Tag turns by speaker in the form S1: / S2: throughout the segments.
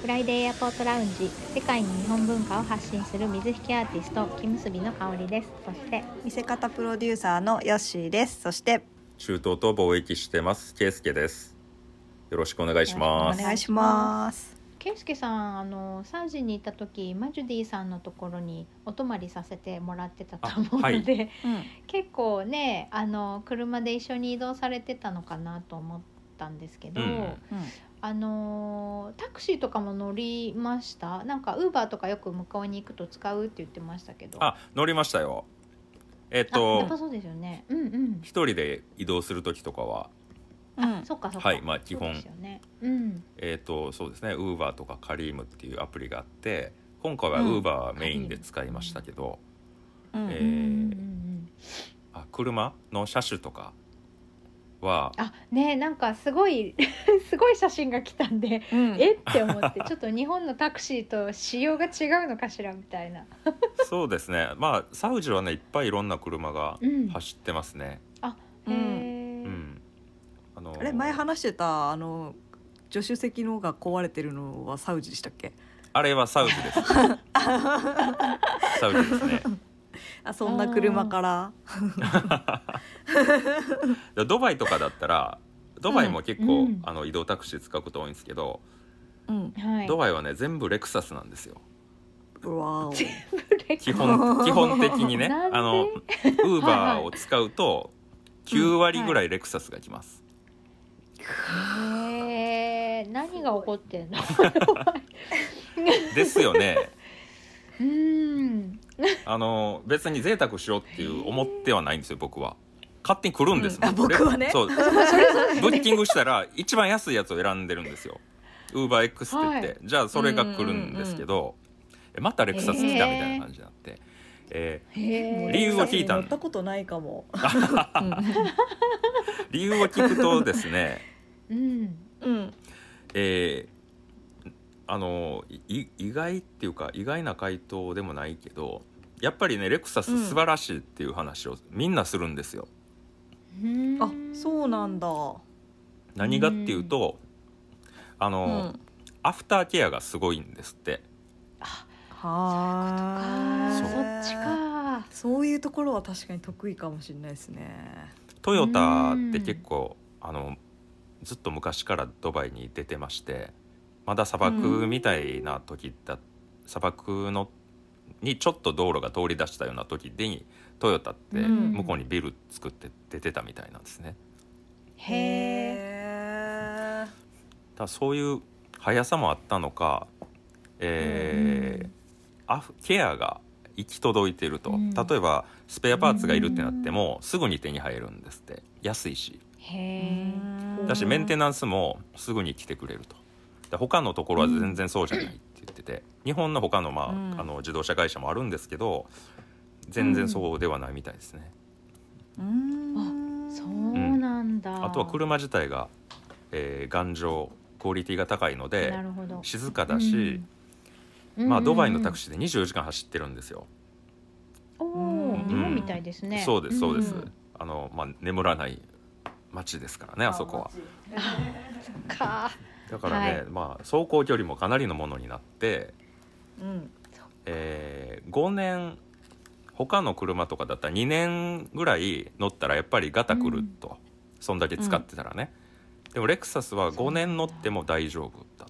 S1: フライデーエアポートラウンジ世界に日本文化を発信する水引アーティスト木結びの香りですそして
S2: 見せ方プロデューサーのヨッシーですそして
S3: 中東と貿易してますケイスケですよろしくお願いし
S2: お
S3: ます
S2: 願いします
S1: ケイスケさんあのサウジに行った時マジュディさんのところにお泊まりさせてもらってたと思うので、
S2: うん
S1: 結構ねあの車で一緒に移動されてたのかなと思ったんですけど、
S3: うん
S1: あのータクシーとかも乗りましたなんかウーバーとかよく向こうに行くと使うって言ってましたけど
S3: あ乗りましたよえっ、
S1: あやっぱ
S3: と
S1: そうですよねうんうん
S3: 一人で移動する時とかは
S2: うん
S1: そっかそっか
S3: はいまあ基
S1: そう
S3: 本
S1: ですよねうん
S3: えっ、とそうですねウーバーとかカリームっていうアプリがあって今回はウ
S2: うん
S3: ーバーメインで使いましたけど、
S2: うん
S3: え
S1: うんうんう
S3: ー
S1: ん
S3: あ車の車種とかは
S1: あねなんかすごい すごい写真が来たんで
S2: うん
S1: えって思ってちょっと日本のタクシーと仕様が違うのかしらみたいな、
S3: そうですねまあサウジはねいっぱいいろんな車が
S1: うん、
S3: 走ってますね
S1: へ
S3: う
S1: ー
S3: ん、あのー
S2: あれ前話してたあの助手席のが壊れてるのはサウジでしたっけ
S3: あれはサウジ ですサウジですね
S2: あそんな車から
S3: でドバイとかだったらドバイも結
S1: う
S3: 構、
S1: んうん
S3: あの移動タクシー使うこと多いんですけど、
S2: うん
S1: はい
S3: ドバイはね全部レクサスなんですよ
S2: わ お
S1: 全
S3: 基本基本的にね
S1: なんで
S3: あのウーバーを使うと9割ぐらいレクサスが来ます、
S1: へー何が起こってんの
S3: ですよね
S1: うーん
S3: あの別に贅沢しようっていう思ってはないんですよ僕は勝手に来るんですもん、
S2: うんあ僕はね
S3: レそう
S1: それぞれ
S3: ブッキングしたら一番安いやつを選んでるんですよウーバー X って言って、
S1: は
S3: じゃあそれが来るんですけど、えまたレクサス来たみたいな感じになって、え
S1: へー
S3: 理由を聞いた
S2: 乗ったことないかも
S3: ー理由を聞くとですね、
S1: うん
S2: うん
S3: えーあのい意外っていうか意外な回答でもないけどやっぱりねレクサ
S2: うん
S3: ス素晴らしいっていう話をみんなするんですよ。
S1: うん
S2: あそうなんだ
S3: 何がっていうとあの、アフターケアがすごいんですって。
S2: は
S1: そ
S3: そうう
S1: そっちか
S2: そういうところは確かに得意かもしれないですね。
S3: トヨタって結構あのずっと昔からドバイに出てましてまだ砂漠みたいな時だ、砂漠のにちょっと道路が通り出したような時にトヨタって
S2: うん
S3: 向こうにビル作って出てたみたいなんですね。
S1: へえ
S2: え。
S3: ただそういう速さもあったのか、えーアフケアが行き届いてると、
S1: うん
S3: 例えばスペアパーツがいるってなっても、すぐに手に入るんですって安いし。
S1: へ
S2: うん
S1: え
S3: だし
S2: うん
S3: メンテナンスもすぐに来てくれるとで他のところは全然そうじゃないって言ってて、日本の他の,、まあ
S2: うん
S3: あの自動車会社もあるんですけど全然そうではないみたいですね、
S2: うん。
S1: そうなんだ
S3: あとは車自体が、えー頑丈クオリティが高いので
S1: なるほど
S3: 静かだし、まあ、ドバイのタクシーで24時間走ってるんですよ、
S1: ーおお
S2: うん
S1: 日本みたいですね
S3: そうですそうです、
S1: ん
S3: あのまあ、眠らない街ですからねあそこは
S1: か
S3: だからね、
S1: はい
S3: まあ、走行距離もかなりのものになって
S2: うん。
S3: えー5年他の車とかだったら2年ぐらい乗ったらやっぱりガタくると、そんだけ使ってたらね、でもレクサスは5年乗っても大丈夫だ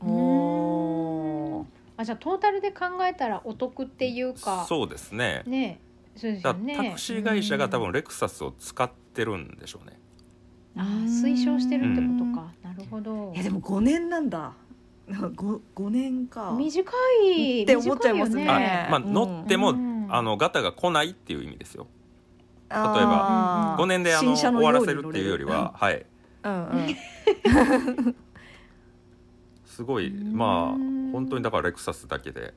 S3: と
S2: おー
S1: あじゃあトータルで考えたらお得っていうか
S3: そうですね
S1: ねそうですよ
S3: だ
S1: ね
S3: タクシー会社が多分レクサスを使ってるんでしょうね、
S1: あー推奨してるってことか、なるほど
S2: えでも五年なんだ。五五年か。
S1: 短い
S2: って思っちゃいますね。
S1: 短よね
S3: あまあ乗っても
S1: うん
S3: あのガタが来ないっていう意味ですよ
S2: 例え
S3: ば5年であの終わらせるっていうよりは。はい
S2: うん うん。
S3: すごい
S1: うん
S3: まあ本当にだからレクサスだけで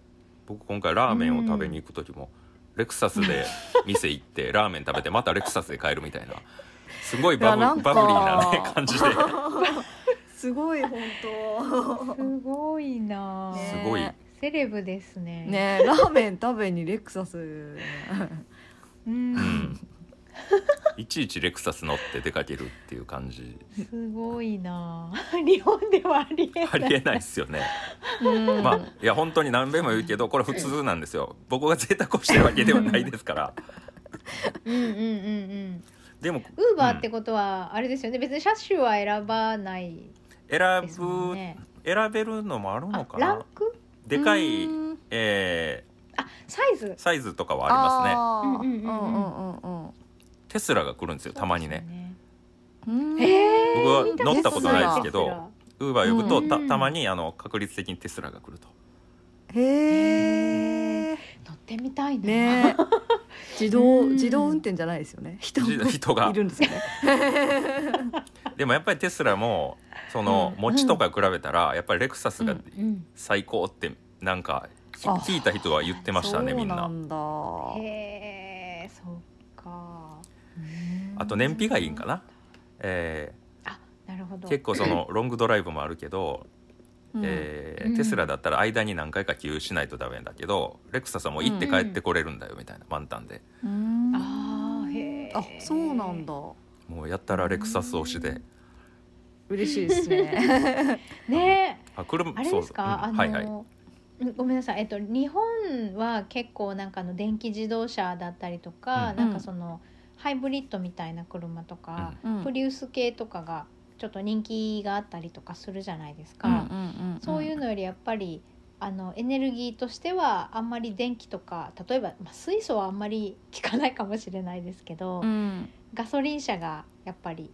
S3: 僕今回ラーメンを食べに行く時もレクサスで店行 ってラーメン食べてまたレクサスで帰るみたいなすごいバブ
S2: いやなんか
S3: バブリーな、ね、感じです
S2: ごい本当。
S1: すごいなあ、
S2: ね
S3: すごい
S1: セレブですね
S2: ねえラーメン食べにレクサス。
S1: うん
S3: うんいちいちレクサス乗って出かけるっていう感じ
S1: すごいな あ日本ではありえない
S3: ありえないですよね。
S2: うん
S3: まあいや本当に何べんも言うけどこれ普通なんですよ。僕が贅沢をしてるわけではないですから。
S1: うんうんうんうん
S3: でも
S1: ウーバーってことはあれですよね、別に車種は選ばない
S3: 選
S1: ですもん
S3: ぶ、
S1: ね
S3: 選べるのもあるの
S1: あ
S3: か
S1: ラ
S3: な
S1: ン。ク
S3: でかい、
S2: うん
S3: え
S1: あサイズ
S3: ーサイズとかはあります
S1: ま
S3: ね。
S1: すね
S2: あー
S1: うんうん
S2: うんうんうん
S3: テスラが来るんですよたまにね。
S2: うん
S1: そうですよね
S3: 僕は
S1: えー
S3: 乗ったことないですけ
S1: テス
S3: ど
S1: ラ
S3: ウーバー呼ぶと
S1: うん
S3: たたまにあの確率的にテスラが来ると。
S2: へえ。
S1: 乗ってみたいな、
S2: ねえ。 自動自動運転じゃないですよね。人
S3: 自人が
S2: いるんですよね。
S3: でもやっぱりテスラもその
S1: うん
S3: 持ちとか比べたらやっぱりレクサス
S1: うんう
S3: が
S1: ん、
S3: 最高ってなんかき
S2: あ
S3: 聞いた人は言ってましたねみん
S2: そうな
S3: なん
S2: だ。
S1: へえそっかうん
S3: あと燃費がいいんかな、え
S1: あなるほど
S3: ー結構そのロングドライブもあるけど、
S2: うん
S3: え
S1: う
S3: ー
S1: ん
S3: テスラだったら間に何回か給油しないとダメだけどレクサスはもう行って帰ってこれるんだよみたいな満タンで
S2: うん
S1: あーへー
S2: あそうなんだ。
S3: もうやったらレクサス推しで
S2: 嬉しいですね。
S1: ねえ
S3: あ車
S1: あれですか、
S3: そ
S1: あ
S3: う
S1: の、
S3: はいはい
S1: うんごめんなさいえっと日本は結構なんかあの電気自動車だったりとか、
S3: うん
S1: なんかそのハイブリッドみたいな車とか、
S2: うん
S1: プリウス系とかがちょっと人気があったりとかするじゃないです
S3: うん
S1: か、
S2: んん
S1: そういうのよりやっぱりあのエネルギーとしてはあんまり電気とか例えば、まあ、水素はあんまり効かないかもしれないですけど、
S2: うん
S1: ガソリン車がやっぱり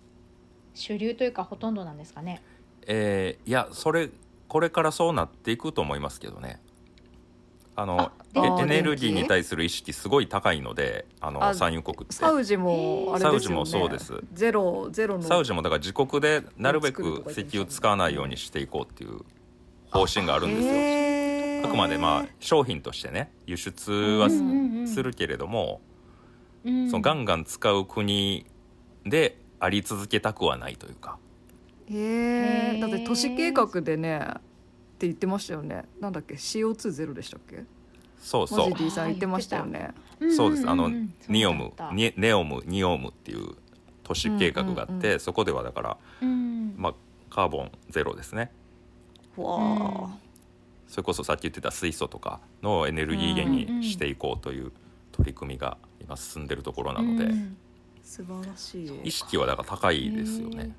S1: 主流というかほとんどなんですかね。
S3: えーいやそれこれからそうなっていくと思いますけどねあの
S1: あで
S2: も
S3: えエネルギー
S2: 電気
S3: に対する意識すごい高いのであの
S2: あ
S3: 産油国って
S2: サウジもあれですよね。
S3: サウジもそうです。
S2: ゼロゼロの。
S3: サウジもだから自国でなるべ
S2: 作る
S3: く
S2: とか言ってました
S3: 石
S2: ね
S3: 油使わないようにしていこうっていう方針があるんですよ。
S2: へー
S3: あくまでまあ商品としてね輸出は
S2: うん
S3: するけれども、
S1: うん
S3: そのガンガン使う国であり続けたくはないというか
S2: へ
S1: へー
S2: え。だって都市計画でねって言ってましたよね。なんだっけ CO2 ゼロでしたっけ？
S3: そう
S2: マ
S3: そ
S2: ジ
S3: う
S2: ディさん言ってましたよね。
S3: そうですあの
S1: んんん
S3: ニオ
S1: そ
S3: ム
S1: うだった
S3: ニネオムニオムっていう都市計画があって、
S2: うんうんう
S3: そこではだから、
S1: うん
S3: まあ、カーボンゼロですね
S2: わあ。
S3: それこそさっき言ってた水素とかのエネルギー源にしていこうという取り組みが今進んでるところなので、
S1: うん
S2: 素晴らしい。
S3: 意識はだから高いですよね。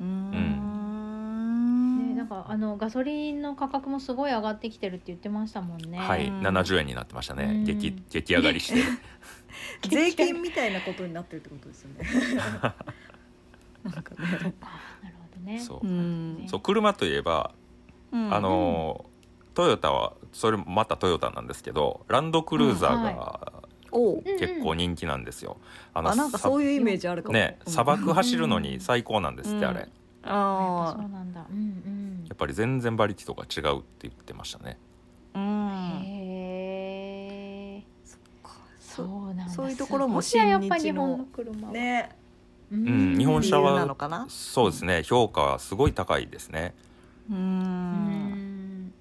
S2: うー
S1: ね、
S2: ん
S1: なんかあのガソリンの価格もすごい上がってきてるって言ってましたもんね。
S3: はい、
S2: うん
S3: 70円になってました
S1: う
S3: ね
S1: ん。
S3: 激激上がりして。
S2: 税金みたいなことになってるってことですよ ね。なんかね。
S1: なるほどね。
S3: そうう。
S2: ん
S3: そう車といえば、あのートヨタはそれもまたトヨタなんですけど、ランドクルーザーが
S2: お
S1: うん
S3: 結構人気なんですよ。
S2: あなんかそう
S3: う
S2: いうイメージあるかも。
S3: ね、
S2: うん
S3: 砂漠走るのに最高なんですって
S2: うん
S3: あれ。
S2: う
S3: や
S1: あ
S2: あ
S1: そうなんだ。うん
S3: っぱり全然馬力とか違うって言ってましたね。
S2: あ。う
S1: うん。
S2: ん。
S1: へえ。そ
S2: そ
S1: うなんだ。
S2: そういうところも
S1: すごいやっぱ日
S2: 親日の
S1: 本の車は。
S2: うね。
S3: うん日本車は
S2: 理由なのかな。
S3: そうですね、評価はすごい高いですね。
S2: うー。
S1: うんん。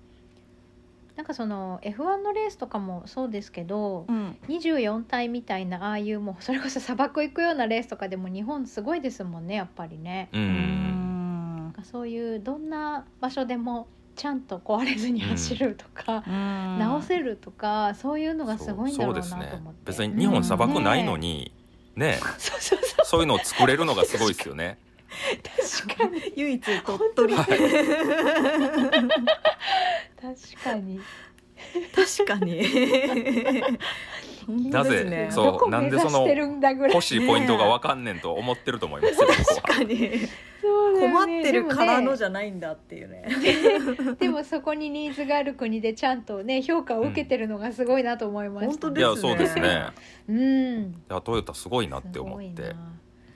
S1: なんかその F1 のレースとかもそうですけど、
S2: うん。
S1: 24体みたいなああいうもうそれこそ砂漠行くようなレースとかでも日本すごいですもんねやっぱりね。
S3: うん。
S1: なんかそういうどんな場所でもちゃんと壊れずに走るとか、直
S2: 直
S1: せるとかそういうのがすごいんだろうなと思って。
S3: そうそうですね別に日本砂漠ないの
S1: ね
S3: に、ね
S1: え。そうそうそ
S3: そういうのを作れるのがすごいです よね
S1: う確かに
S2: 唯一鳥取
S3: 本当
S1: 確かに。
S2: 確かに本当
S3: なぜ
S2: ですね
S3: そう
S1: どこ目指してるんだぐらい
S3: 欲。しいポイントが分かんねんと思ってると思いますよ僕
S2: 確
S3: は
S2: かに
S1: そうだ
S2: 困
S1: よ
S2: っ
S1: ね
S2: てるからのじ
S1: で
S2: ゃないんだっていうね
S1: もねでもそこにニーズがある国でちゃんとね評価を受けてるのがすごいなと思いました。
S2: 本当
S3: い
S2: で
S3: や
S2: すね
S3: そうですね
S1: うん。
S3: いやトヨタすごいなって
S1: す
S3: 思っ
S1: ごい
S3: て
S1: な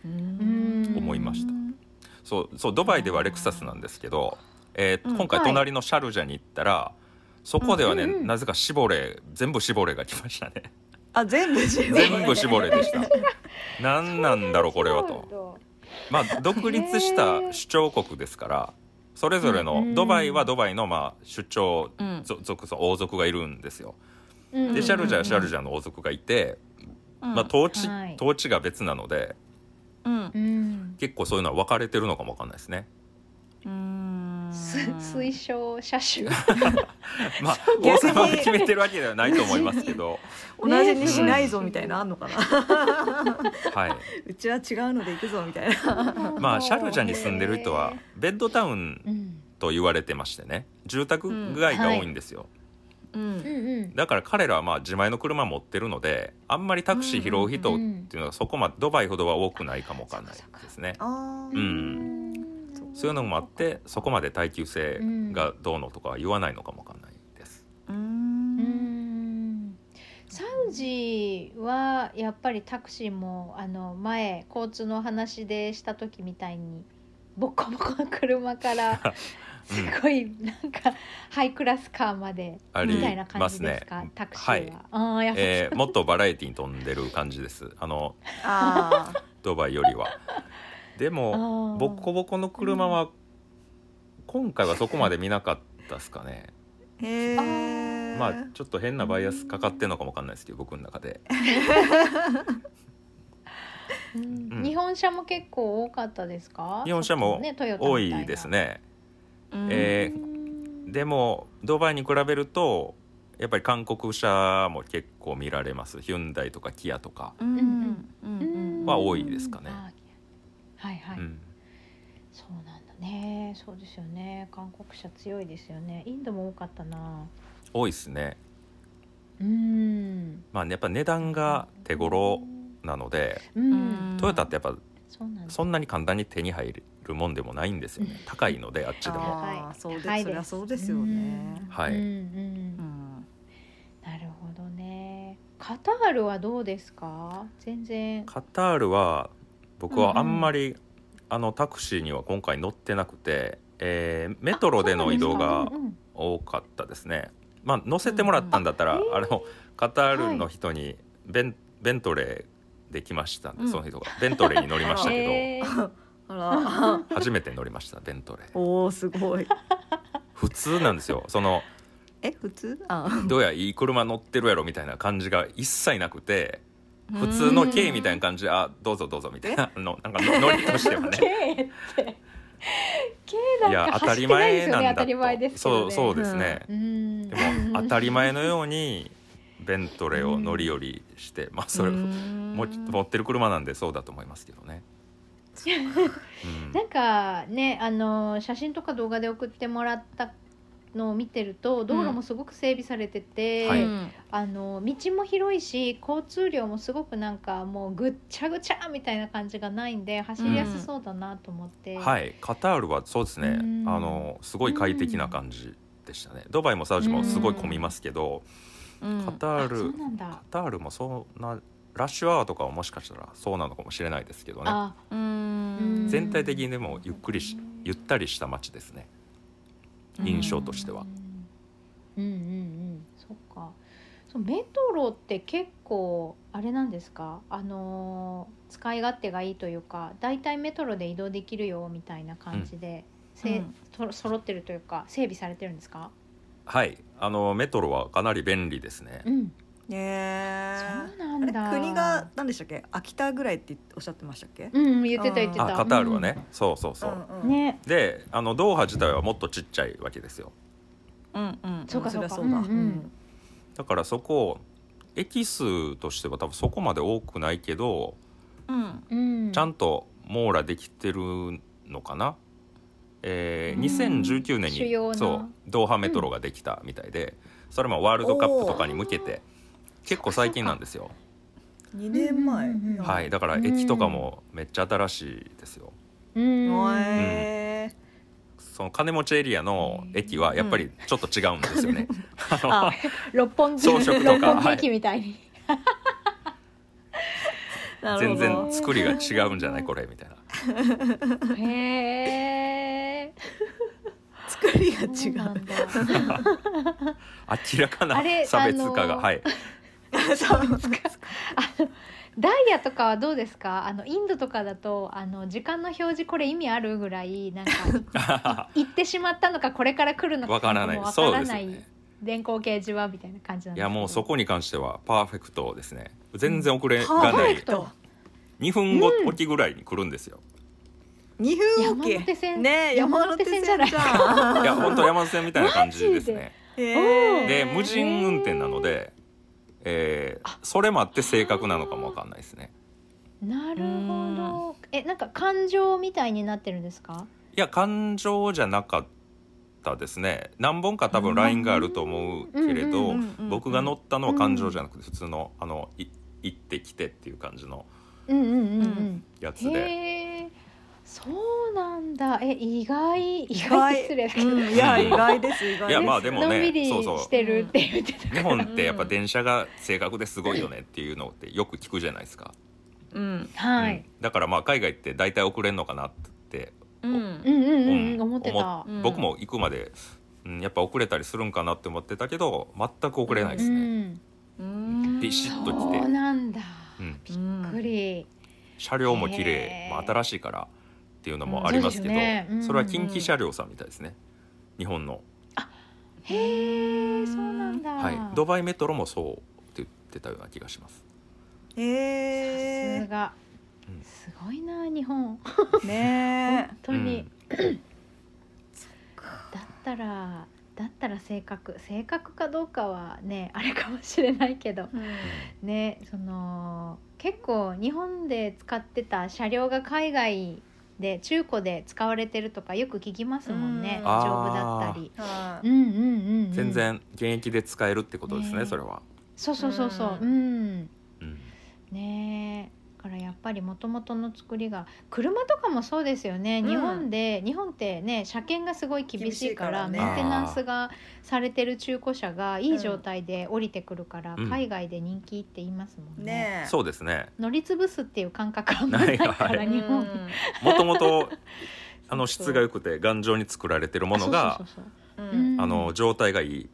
S2: うん
S3: 思いましたそうそうドバイではレクサスなんですけど、えー
S2: うん
S3: 今回
S1: はい
S3: 隣のシャルジャに行ったら、そこではね、
S1: うんうんうん
S3: なぜかシボレー全部シボレーが来ましたね
S2: あ全部絞れ
S3: 全部シボレーでした何なんだろうこれはと
S1: と。
S3: まあ独立した主張国ですからそれぞれ
S1: うん
S3: のドバイはドバイのまあ主張
S2: うん
S3: ぞ族王族がいるんですよ
S1: うんうんうん
S3: でシャルジャはシャル
S1: ジ
S3: ジャの王族がいて、
S2: うん
S3: まあ統治
S1: はい
S3: 統治が別なので
S2: うん
S1: うん
S3: 結構そういうのは分かれてるのかもわかんないで すね。
S2: うーん
S1: す推奨車種
S3: まあ
S2: 逆に
S3: 王様が決めてるわけではないと思いますけど、
S2: 同じにしないぞみたいなのあんのかな
S3: は
S2: うちは違うので行くぞみたいな
S3: いう まあシャルジャに住んでる人はベッドタウン
S1: うん
S3: と言われてましてね住宅街が多いんですよ、
S2: う
S1: うん
S2: ん
S1: うん
S3: だから彼らはまあ自前の車持ってるのであんまりタクシー拾う人っていうのはそこまでドバイほどは多くないかもわかんないですね。
S2: あ
S3: う
S2: ー
S3: んそういうのもあってそこまで耐久性がどうのとかは言わないのかもわかんないです。
S2: うー
S1: うんんサウジはやっぱりタクシーもあの前交通の話でした時みたいにボコボコの車から すごいなんかハイクラスカーまで
S3: あ
S1: み
S3: り
S1: たいな感
S3: ま
S1: じ
S3: す
S1: です
S3: ね。
S1: か、タクシ
S3: はい
S1: ーは。ああやっぱ
S3: えーもっとバラエティに飛んでる感じですあの
S2: あー
S3: ドバイよりは。でもボッコボコの車は今回はそこまで見なかったですかね。
S2: へえ
S3: まあちょっと変なバイアスかかってんのかもわかんないですけど僕の中で。
S1: うん
S3: うん
S1: 日本車も結構多かったですか
S3: 日本車も
S1: ねトヨタみ
S3: 多
S1: たいない
S3: ですね。
S1: う
S3: え
S1: ん
S3: でもドバイに比べるとやっぱり韓国車も結構見られますヒュンダイとかキアとか、
S2: うんうんう
S1: うんん
S3: は多いですかね
S1: あはいはい、
S3: うん、
S1: そうなんだねそうですよね韓国車強いですよねインドも多かったな
S3: 多いですね
S1: うん
S3: まあやっぱ値段が手頃なので
S1: うん、
S2: うん
S3: トヨタってやっぱ
S1: そうなんだ
S3: そんなに簡単に手に入るもんでもないんですよね高いのであっちでも
S2: あ
S1: 高い
S2: ーそうです
S1: 高い
S2: そりゃそうですよね
S1: うん
S3: はい
S1: うん
S2: う
S1: うん
S2: ん
S1: なるほどねカタールはどうですか全然
S3: カタールは僕はあんまり、あのタクシーには今回乗ってなくて、えーメトロでの移動
S1: あそ
S3: が
S1: うなんです
S3: 多かったですね。まあ乗せてもらったんだったら、
S1: うんうん
S3: あのカタールの人にベン,、ベントレーできましたんで、
S2: うん
S3: その人がベントレーに乗りまし
S1: かう
S3: た
S1: んうん
S3: け
S1: へー
S2: あ
S3: ど初めて乗りましたベントレー
S2: ら おおすごい
S3: 普通なんですよその
S2: え普通あ
S3: どうやいい車乗ってるやろみたいな感じが一切なくて 普通の軽みたいな感じであどうぞどうぞみたいなあのなんかの乗りとして はね
S1: K って K なん
S3: いや
S1: か
S3: 当た
S1: 走っ
S3: り
S1: てないで
S3: 前
S1: すよ
S3: なん
S1: ね
S3: だ
S1: 当たり前ですけど
S3: と
S1: ね
S3: そうそうですね、
S1: うん
S3: でも当たり前のようにベントレーを乗り降りして、まあそれ
S2: も
S3: も持ってる車なんでそうだと思いますけどね。うん
S1: なんかねあの写真とか動画で送ってもらったのを見てると道路もすごく整備されてて、
S3: はい
S1: あの道も広いし交通量もすごくなんかもうぐっちゃぐちゃみたいな感じがないんで走りやすそうだなと思って、
S3: はい、カタールはそうですね、
S1: うん
S3: あのすごい快適な感じでしたね。ドバイもサウジもすごい混みますけど、カタ
S1: あ
S3: ール、
S1: そうなん
S3: カ
S1: だ
S3: タールもそうなラッシュアワーとかはもしかしたらそうなのかもしれないですけどね。
S1: あ
S2: うん
S3: 全体的にでもゆっくりし
S1: うん
S3: ゆったりした街ですね。印象としては
S1: うんうんうんそっかそうメトロって結構あれなんですかあのー使い勝手がいいというかだいたいメトロで移動できるよみたいな感じで、せ
S2: うん
S1: と揃ってるというか整備されてるんですか、
S3: はい、あのメトロはかなり便利ですね。
S1: ん、
S2: ね
S1: そ
S2: え
S1: うな
S2: あ
S1: ん
S2: れ
S1: だ
S2: 国が何でしたっけ秋田ぐらいっておっしゃってましたっけ、
S1: うん言ってた言ってた
S3: あ、カタールはね、、そうそうそう。
S2: ん
S1: うんね
S3: であのドーハ自体はもっとちっちゃいわけですよ
S2: うんうん
S1: そうかそうか
S2: りゃそうだ、
S1: うんうん
S3: だからそこ駅数としては多分そこまで多くないけど、
S2: うん
S1: うん、
S3: ちゃんと網羅できてるのかな、えー
S1: うん
S3: 2019年
S1: 主要な
S3: にそうドーハメトロができたみたいで、それもワールドカップとかに向けて結構最近なんですよ、
S2: 2年前、
S1: うんうんうんうん
S3: はい、だから駅とかもめっちゃ新しいですよ
S1: うん
S2: おえ
S3: その金持ちエリアの駅はやっぱりちょっと違うんですよね、 あの
S2: あ
S1: 六本木
S3: 装飾と
S1: 六
S3: か
S1: 本木
S3: はい
S1: 駅みたいに、
S2: なる
S3: 全
S2: ほど
S3: 然作りが違うんじゃないこれみたいな
S1: へえ
S2: 作りが
S1: そうな
S2: 違うん
S1: だ
S3: 明らか
S1: あ
S3: な
S1: れ
S3: 差別化が、
S1: あのー
S3: はい
S2: そう
S1: ダイヤとかはどうですかあのインドとかだとあの時間の表示これ意味あ るぐらいなんか行ってしまったのかこれから来るのか
S3: わからない
S1: もうわ
S3: そ
S1: か
S3: う
S1: ら
S3: です
S1: な
S3: よ
S1: い
S3: ね
S1: 電光掲示板みたいな感じなん
S3: い
S1: ですけ
S3: や
S1: ど
S3: もうそこに関してはパーフェクトですね全然遅れが
S1: パー
S3: な
S1: フ
S3: い
S1: ェクト
S3: 2分後
S1: うん
S3: おきぐらいに来るんですよ、
S2: 二分おき
S1: 山手線
S2: ねえ山手線じゃない
S3: いや本当山手線みたいな感じですね
S1: おー
S3: で無人運転なので、えーそれもあって正確なのかもわかんないですね
S1: なるほどえなんか感情みたいになってるんですか
S3: いや感情じゃなかったですね何本か多分 LINE があると思うけれど、
S1: うんうん
S3: 僕が乗ったのは感情じゃなくて普通のあのい行ってきてっていう感じの
S1: うんうんうんう
S2: うんん
S3: やつで
S1: へえそうなんだえ意外意
S2: 意
S1: 外
S2: 外
S1: って失礼だけど、
S2: うんいや意外です意外
S3: いやまあでもね
S1: のんびり
S3: そうそう
S1: してるって言ってたか
S3: 日
S1: ら
S3: 本ってやっぱ電車が正確ですごいよねっていうのってよく聞くじゃないですか、
S2: うん
S1: は
S3: うん
S1: い、
S3: だからまあ海外って大体遅れんのかなって
S2: う
S1: うんん、うんうんうん思ってた
S2: うん
S3: 僕も行くまで、うん、やっぱ遅れたりするんかなって思ってたけど全く遅れないですね、
S2: うん
S3: ビシッと来て
S1: そうなんだ
S3: うん
S2: び
S1: びっくり
S3: 車両も綺
S1: へー、
S3: 麗まあ、新しいからっていうのもありますけど、
S1: うんそうですよねうん
S3: それは近畿車両さんみたいですね日本の、
S1: へえそうなんだ、
S3: はい、ドバイメトロもそうって言ってたような気がします
S1: さ
S2: へ
S1: すが
S3: うん
S1: すごいな日本
S2: えね
S1: 本当に、
S3: うん
S1: だったらだったら性格性格かどうかはねあれかもしれないけど
S2: え
S1: ねその結構日本で使ってた車両が海外で中古で使われてるとかよく聞きますもんね
S2: うん
S1: 丈夫だったり。
S2: は
S1: う
S2: い
S1: んうんうんうん、
S3: 全然現役で使えるってことですね
S1: ね
S3: それは、
S1: そうそうそうそうう
S2: うん
S3: うん
S1: ねえだからやっぱりもともとの作りが車とかもそうですよね、
S2: うん
S1: 日本で日本ってね車検がすごい厳しいから
S2: 厳し
S1: メ
S2: いから
S1: ンテ
S2: ね
S1: ナンスがされてる中古車がいい状態で降りてくるから、
S3: うん
S1: 海外で人気って言いますもんね。
S2: ねえ
S3: そうですね
S1: 乗り潰すっていう感覚はあんまないか
S3: な
S1: ら
S3: い
S1: 日本
S3: もと もとあの質が良くて頑丈に作られてるものが
S1: そうそうそう
S2: う
S1: そううん
S2: ん
S3: あの状態がいいっ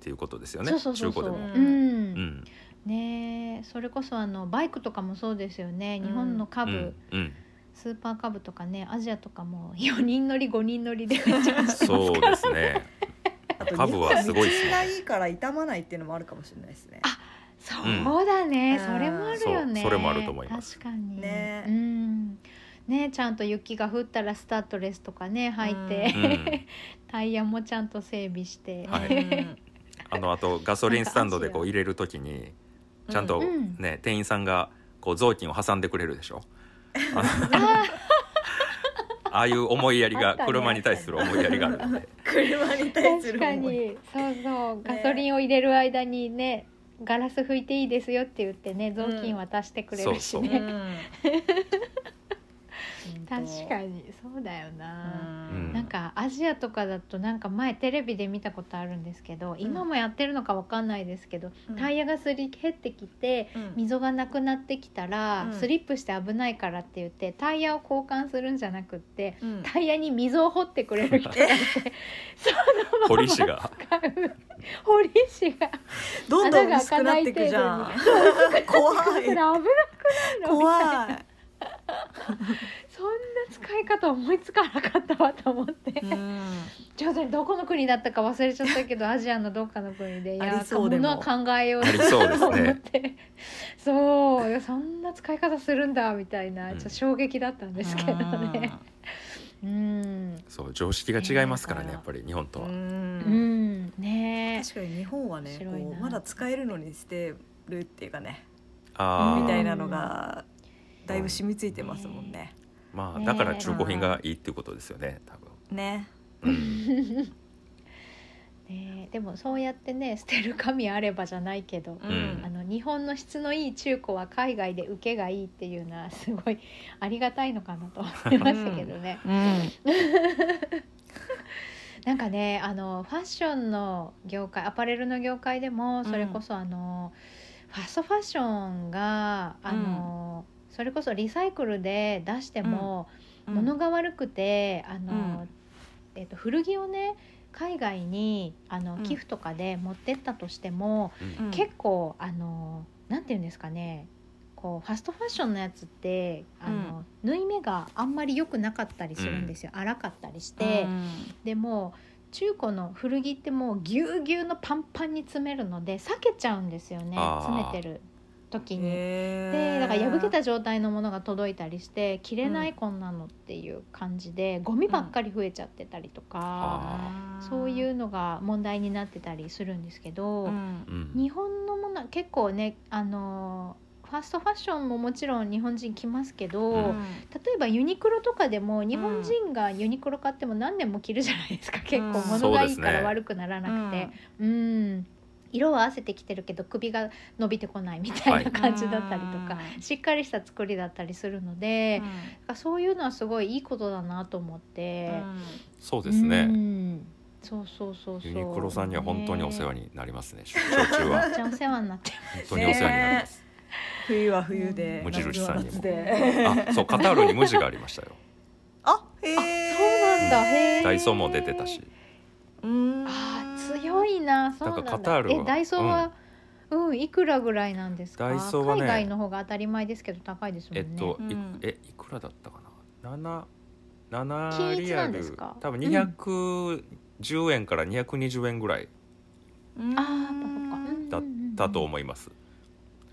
S3: ていうことですよね
S1: そうそうそ
S3: 中
S1: うそ
S3: 古
S1: う
S3: で
S1: う
S3: も、
S2: も
S1: ん
S3: うん
S1: ねえそれこそあのバイクとかもそうですよね日本の
S3: う
S1: 株、
S3: んうん、
S1: スーパーカブとかねアジアとかも4人乗り5人乗りでめっちゃ走ってます
S3: そうで すね
S2: あと
S3: 株はすごいです
S2: 日
S3: ね
S2: 本は道がいいから傷まないっていうのもあるかもしれないですね
S1: あそうだね、
S2: うん
S1: それもあるよね
S3: そうそれもあると思います
S1: 確かに
S2: ね
S1: うんねちゃんと雪が降ったらスタッドレスとかね履いて、
S3: うん
S1: タイヤもちゃんと整備して、
S3: はい
S2: うん
S3: あのあとガソリンスタンドでこう入れるときにちゃんと
S1: う
S3: ね、
S1: ん
S3: 店員さんがこう雑巾を挟んでくれるでしょあの ああいう思いやり
S1: あっ
S3: が
S1: たね
S3: 車に対する思いやりがあるので
S2: 車に対 す
S1: 確
S2: る
S1: か
S2: 思い
S1: にそうそうガソリンを入れる間にねガラス拭いていいですよって言ってね雑巾渡してくれるしね、
S3: うん
S1: 確かにそうだよな、
S3: うん
S1: なんかアジアとかだとなんか前テレビで見たことあるんですけど、今もやってるのかわかんないですけど、タイ
S2: ヤ
S1: ヤがすり減ってきて溝がなくなってきたら、
S2: うん
S1: スリップして危ないからって言ってタイヤを交換するんじゃなくってタイヤに溝を掘ってくれる人 がいてそのまま
S3: 堀市 が
S1: 使う堀市が
S2: どんどん薄くなっていくじゃん 怖
S1: それ危な
S2: い
S1: くないの
S2: 怖い
S1: そんな使い方思いつかなかったわと思って、
S2: うん
S1: ちょっとどこの国だったか忘れちゃったけどアジアのどっかの国でい
S2: あ
S1: や
S2: りそうで
S1: 物は
S2: も
S1: 考えよう
S3: ありそうですね
S1: と思ってそういやそんな使い方するんだみたいな、
S3: う
S1: ち
S3: ん
S1: ょっと衝撃だったんですけどね。うん、
S3: そう常識が違いますからね、
S1: えー
S3: やっぱり日本と
S2: う
S3: は、
S1: うんん、ね
S2: 確かに日本はね
S1: 面白いな
S2: こうまだ使えるのに捨てるっていうかね
S3: あ
S2: みたい
S3: あ
S2: なのがだいぶ染みついてますもんね
S3: まあ
S1: ねえ
S3: だから中古品がいいっていうことですよね多
S2: ね
S3: 分、うん、
S1: えねえでもそうやってね捨てる神あればじゃないけど、
S2: うん
S1: あ
S3: ん
S1: の日本の質のいい中古は海外で受けがいいっていうのはすごいありがたいのかなと思いましたけどね。なんかねあのファッションの業界アパレルの業界でも
S2: ん
S1: それこそ、あのファストファッションがあの、それこそリサイクルで出しても、物が悪くてあの、
S2: うん
S1: えっと古着をね海外にあの
S2: うん
S1: 寄付とかで持ってったとしても、
S3: うん
S1: 結構あのなんて言うんですかねこうファストファッションのやつってあの、縫い目があんまり良くなかったりするんですよ、荒かったりして。でも中古の古着ってもうぎゅうぎゅうのパンパンに詰めるので避けちゃうんですよね
S3: あー
S1: 詰めてる時に。
S2: で、
S1: でだから破けた状態のものが届いたりして着れないこんなのっていう感じでゴミばっかり増えちゃってたりとか、
S3: あ
S1: そういううのが問題になってたりするんですけど、
S2: うん
S3: うん
S1: 日本のものは結構ねあのファストファッションももちろん日本人着ますけど、
S3: うん
S1: 例えばユニクロとかでも日本人がユニクロ買っても何年も着るじゃないですか、結構物がいいか
S3: そうです
S1: ら
S3: ね
S1: 悪くならなくてうん、色は合わせてきてるけど首が伸びてこないみたい
S3: は
S1: ない感じだったりとか、
S2: うん
S1: しっかりした作りだったりするので、だからそういうのはすごいいいことだなと思って。
S3: そうですね、
S1: うんそうそうそうそう。
S3: ユニクロさんには本当にお世話
S1: に。
S3: になりますね。焼酎
S1: め
S3: は
S1: っちゃお世話になって
S3: 本当にお世話になります。
S2: 冬は冬で、
S1: 無
S3: 印さんにも
S2: 夏は夏で
S3: あ、そうカタールに無地がありましたよ。
S2: あへ
S1: ま
S2: え
S1: す。そうなんだ。へえ。
S3: ダイソーも出てたし。。
S2: うん
S1: あー強いな。そうなんだ。
S3: なんかカタールは
S1: えダイソーは、うん、いくらぐらいなんですか。
S3: ダイソーはね
S1: 海外の方が当たり前ですけど高いですもん
S3: え
S1: ね。
S3: っと、い
S2: うん
S3: えいくらだったかな？七七
S1: 均一
S3: リ
S1: な
S3: ア
S1: んで
S3: ル
S1: すか
S3: 多分
S1: うん
S3: 二百十円から二百二十円ぐらい
S1: ああ、やっぱそっかうんうんうん。
S3: だだと思います。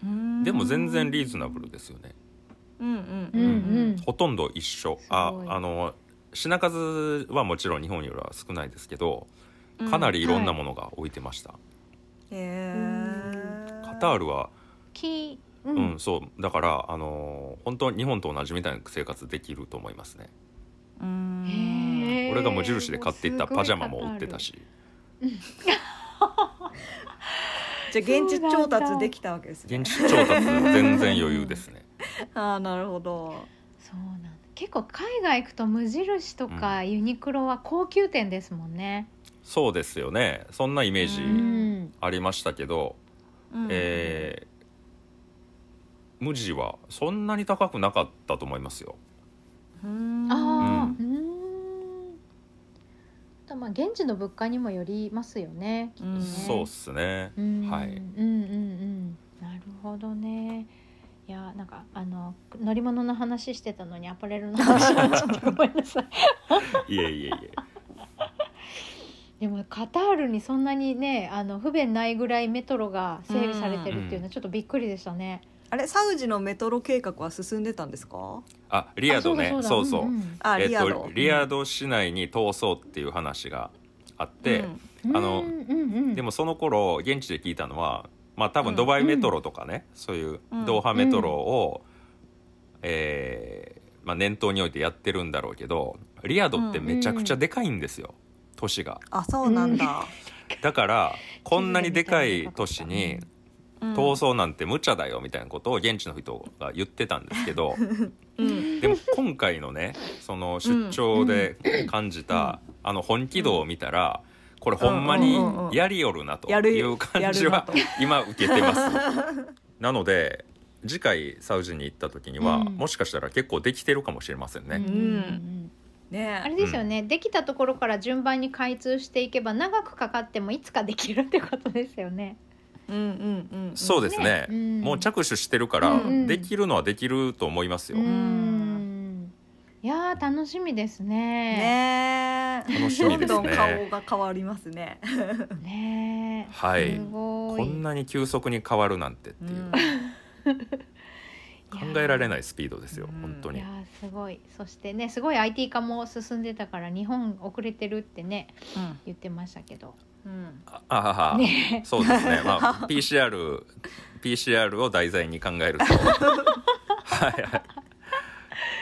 S2: うん
S3: でも全然リーズナブルですよね。
S2: うんうん
S1: うんうん
S3: ほとんど一緒。
S1: す
S3: あ
S1: ごい、
S3: あの品数はもちろん日本よりは少ないですけど、
S2: うん
S3: かなりいろんなものが置いてました。
S2: へー
S3: カタールは
S1: き、うん、
S3: うん、そうだからあのー本当日本と同じみたいな生活できると思いますね、
S2: うん
S1: へえ
S3: 俺が無印で買っていったパジャマも売ってた。し
S2: じゃあ現地調達できたわけですね
S3: 現地調達全然余裕ですね
S2: ああなるほど
S1: そうなんだ。結構海外行くと無印とかユニクロは高級店ですもんね。
S3: そうですよねそんなイメージ
S1: う
S2: うん
S1: ん。
S3: ありましたけど、
S2: うん
S3: えー無地はそんなに高くなかったと思いますよ
S2: うん
S1: ああ、うん。あとまあ現地の物価にもよりますよね。きっとね
S2: うん
S3: そうっすね、
S1: うん
S3: はい
S1: うんうんうん。なるほどね。いやなんかあの乗り物の話してたのにアパレルの話に なっちゃってごめんなさい。
S3: いえいえいえ
S1: でもカタールにそんなにねあの不便ないぐらいメトロが整備されてるっていうのはちょっとびっくりでしたね。
S2: あれサウジのメトロ計画は進んでたんですか
S3: あリアドね
S1: あ
S3: そうそう、
S1: ん
S2: あ
S3: えっ
S2: リアド、
S3: とリアド市内に通そうっていう話があって、
S2: うん
S1: うん
S3: あの
S1: うんうんうん
S3: でもその頃現地で聞いたのはまあ多分ドバイメトロとかね、そういう
S2: うん
S3: ドーハメトロを、えーまあ、念頭においてやってるんだろうけどリヤドってめちゃくちゃでかいんですよ、都市が
S2: あそうなんだ、
S3: だからこんなにでかい都市
S2: う
S3: に
S2: ん
S3: 闘争なんて無茶だよみたいなことを現地の人が言ってたんですけど
S2: うん
S3: でも今回のねその出張で感じた、あの本気度を見たらこれほんまに
S2: うんうんうん
S3: やりよるなと
S2: やる
S3: いう感じは今受け てますなので次回サウジに行った時には、
S1: うん
S3: もしかしたら結構できてるかもしれません
S1: うん
S3: ね、
S1: うんうん
S2: ね
S1: あれですよね、できたところから順番に開通していけば長くかかってもいつかできるってことですよね。
S2: うんうんうん、うん、
S3: そうですね
S1: うん
S3: もう着手してるから、
S2: うん
S1: うん
S3: できるのはできると思いますよ、
S1: うんいやー楽しみですね。
S2: ねえ
S3: 楽しみですね
S2: どんどん顔が変わりますね。
S1: ねえ
S3: はい
S1: すごい
S3: こんなに急速に変わるなんてっていう、考えられないいスピードですよ、
S2: うん
S3: 本当
S1: やーい
S3: に
S1: やーすごいそしてねすごい IT 化も進んでたから日本遅れてるってね
S2: うん
S1: 言ってましたけど。
S2: うん
S3: あああ、
S1: ね
S3: そうですね、ま あ、PCR, PCR を題材に考えるとはいは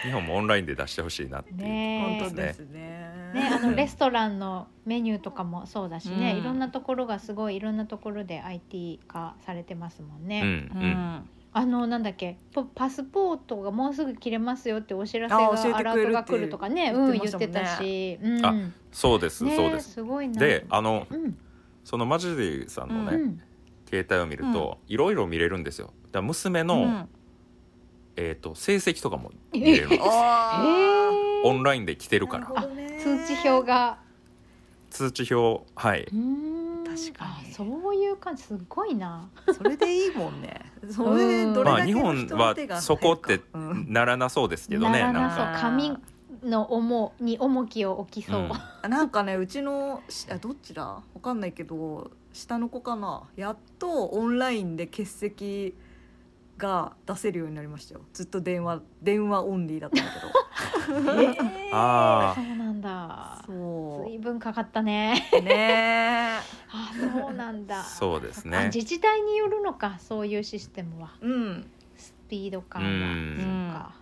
S3: い日本もオンラインで出してほしいなっていう、
S1: ね
S2: 本
S1: え
S2: 当ですね。
S1: ね、あ
S3: う
S1: の
S3: ん
S1: レストランのメニューとかもそうだしね、
S2: うん
S1: いろんなところがすごいいろんなところで IT 化されてますもんね。
S3: うん
S2: う
S3: うんん、
S1: あのなんだっけポパスポートがもうすぐ切れますよってお知らせ
S2: あ教えてくれるっ
S1: が
S2: て
S1: アラートが来るとかね
S2: 言っ
S1: うん
S2: て
S1: 言
S2: ま
S1: っ
S2: したも
S1: て
S2: んね
S1: たし、うん、
S3: あそうです、
S1: ね
S3: そうです
S1: ごいな
S3: であの
S1: うん
S3: そのマジディさんの
S1: う
S3: ね、
S1: ん
S3: 携帯を見るといろいろ見れるんですよだから娘の、
S2: うん
S3: えー、と成績とかも見れる
S2: あー
S3: オンラインで来てるか
S2: な
S3: ら
S2: るほどね
S1: 通知表が
S3: 通知表はいう
S1: ーん
S2: 確かに
S1: あそういう感じすごいな
S2: それでいいもんね。それでどれだけの人の手が入るか
S3: まあ日本はそこって
S2: うん
S3: ならなそうですけどね
S1: なら
S3: な
S1: なんそう
S3: か
S1: 紙の重に重きを置きそう、
S3: うん
S2: あなんかねうちのしあどっちだわかんないけど下の子かなやっとオンラインで欠席が出せるようになりましたよずっと電話電話オンリーだったんだけ ど
S3: あ
S1: そうなんだ
S2: そ
S1: 随分かかった ね
S2: うねえ
S1: あそうなんだ
S3: あそうです
S1: あ
S3: ね
S1: 自治体によるのかそういうシステムは
S2: うん
S1: スピード感
S3: うん
S1: がそうか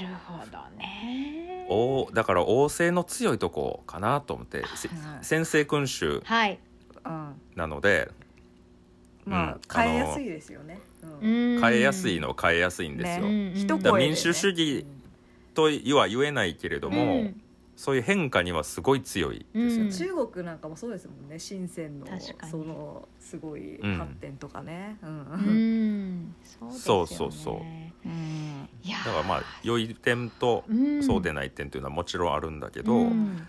S1: なるほどね
S3: おだから王政の強いとこかなと思ってせ
S2: はい
S3: 先制君主
S1: はい
S2: うん
S3: なので
S2: まあ、
S3: うん
S2: 変えやすいですよね、うん
S1: 変
S3: 変えやすいのは変えやすいんですよ、
S2: ね
S1: 一
S2: 一
S3: だから
S2: 声でね
S3: 民主主義とは言えないけれども、そういう変化にはすごい強いで
S1: う
S3: すよ
S1: ん
S3: ね、
S2: 中国なんかもそうですもんね深センの
S1: 確かに
S2: そのすごい
S3: うん
S2: 発展とかねう
S1: うんんそうです
S3: そ
S1: よ
S3: うそう
S1: ね
S3: そう
S2: うん
S1: いや
S3: だからまあ良い点と
S1: うん
S3: そうでない点というのはもちろんあるんだけど、
S1: うん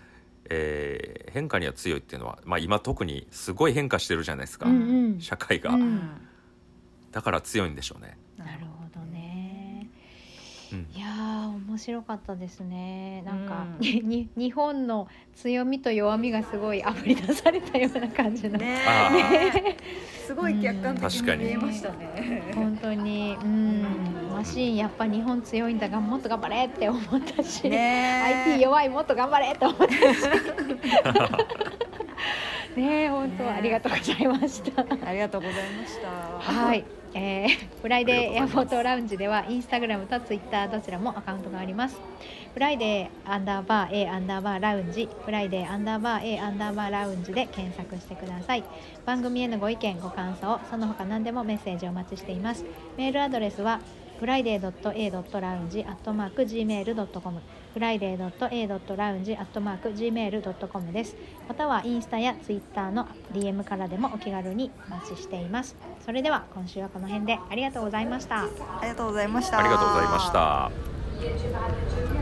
S3: えー変化には強いっていうのは、まあ、今特にすごい変化してるじゃないですか、
S1: うんうん
S3: 社会が、
S1: うん
S3: だから強いんでしょうね。
S1: なるほどね
S3: うん
S1: いやー面白かったですねなんか、
S2: うん
S1: に に日本の強みと弱みがすごいあぶり出されたような感じの、
S2: ね
S3: あ
S2: えすごい客観的
S3: 確か
S2: に
S3: に
S2: 見えました ね。
S1: 本当にうんマシーンやっぱ日本強いんだがもっと頑張れって思ったし、
S2: ね
S1: IT 弱いもっと頑張れと思ったしねえ本当
S2: ねえ
S1: ありがとうございました。
S2: ありがとうございました。
S1: はい、えー、フライデーエ
S3: あ
S1: ア
S3: りがとう
S1: ポ
S3: ございます
S1: ートラウンジではインスタグラムとツイッターどちらもアカウントがありますフライデーアンダーバー A アンダーバーラウンジフライデーアンダーバー A アンダーバーラウンジで検索してください番組へのご意見ご感想その他何でもメッセージお待ちしていますメールアドレスは friday.a.lounge.gmail.com friday.a.lounge.gmail.com ですまたはインスタやツイッターの DM からでもお気軽にお待ちしていますそれでは今週はこの辺でありがとうございました
S2: ありがとうございました。
S3: ありがとうございました。
S4: YouTube 还有 YouTube。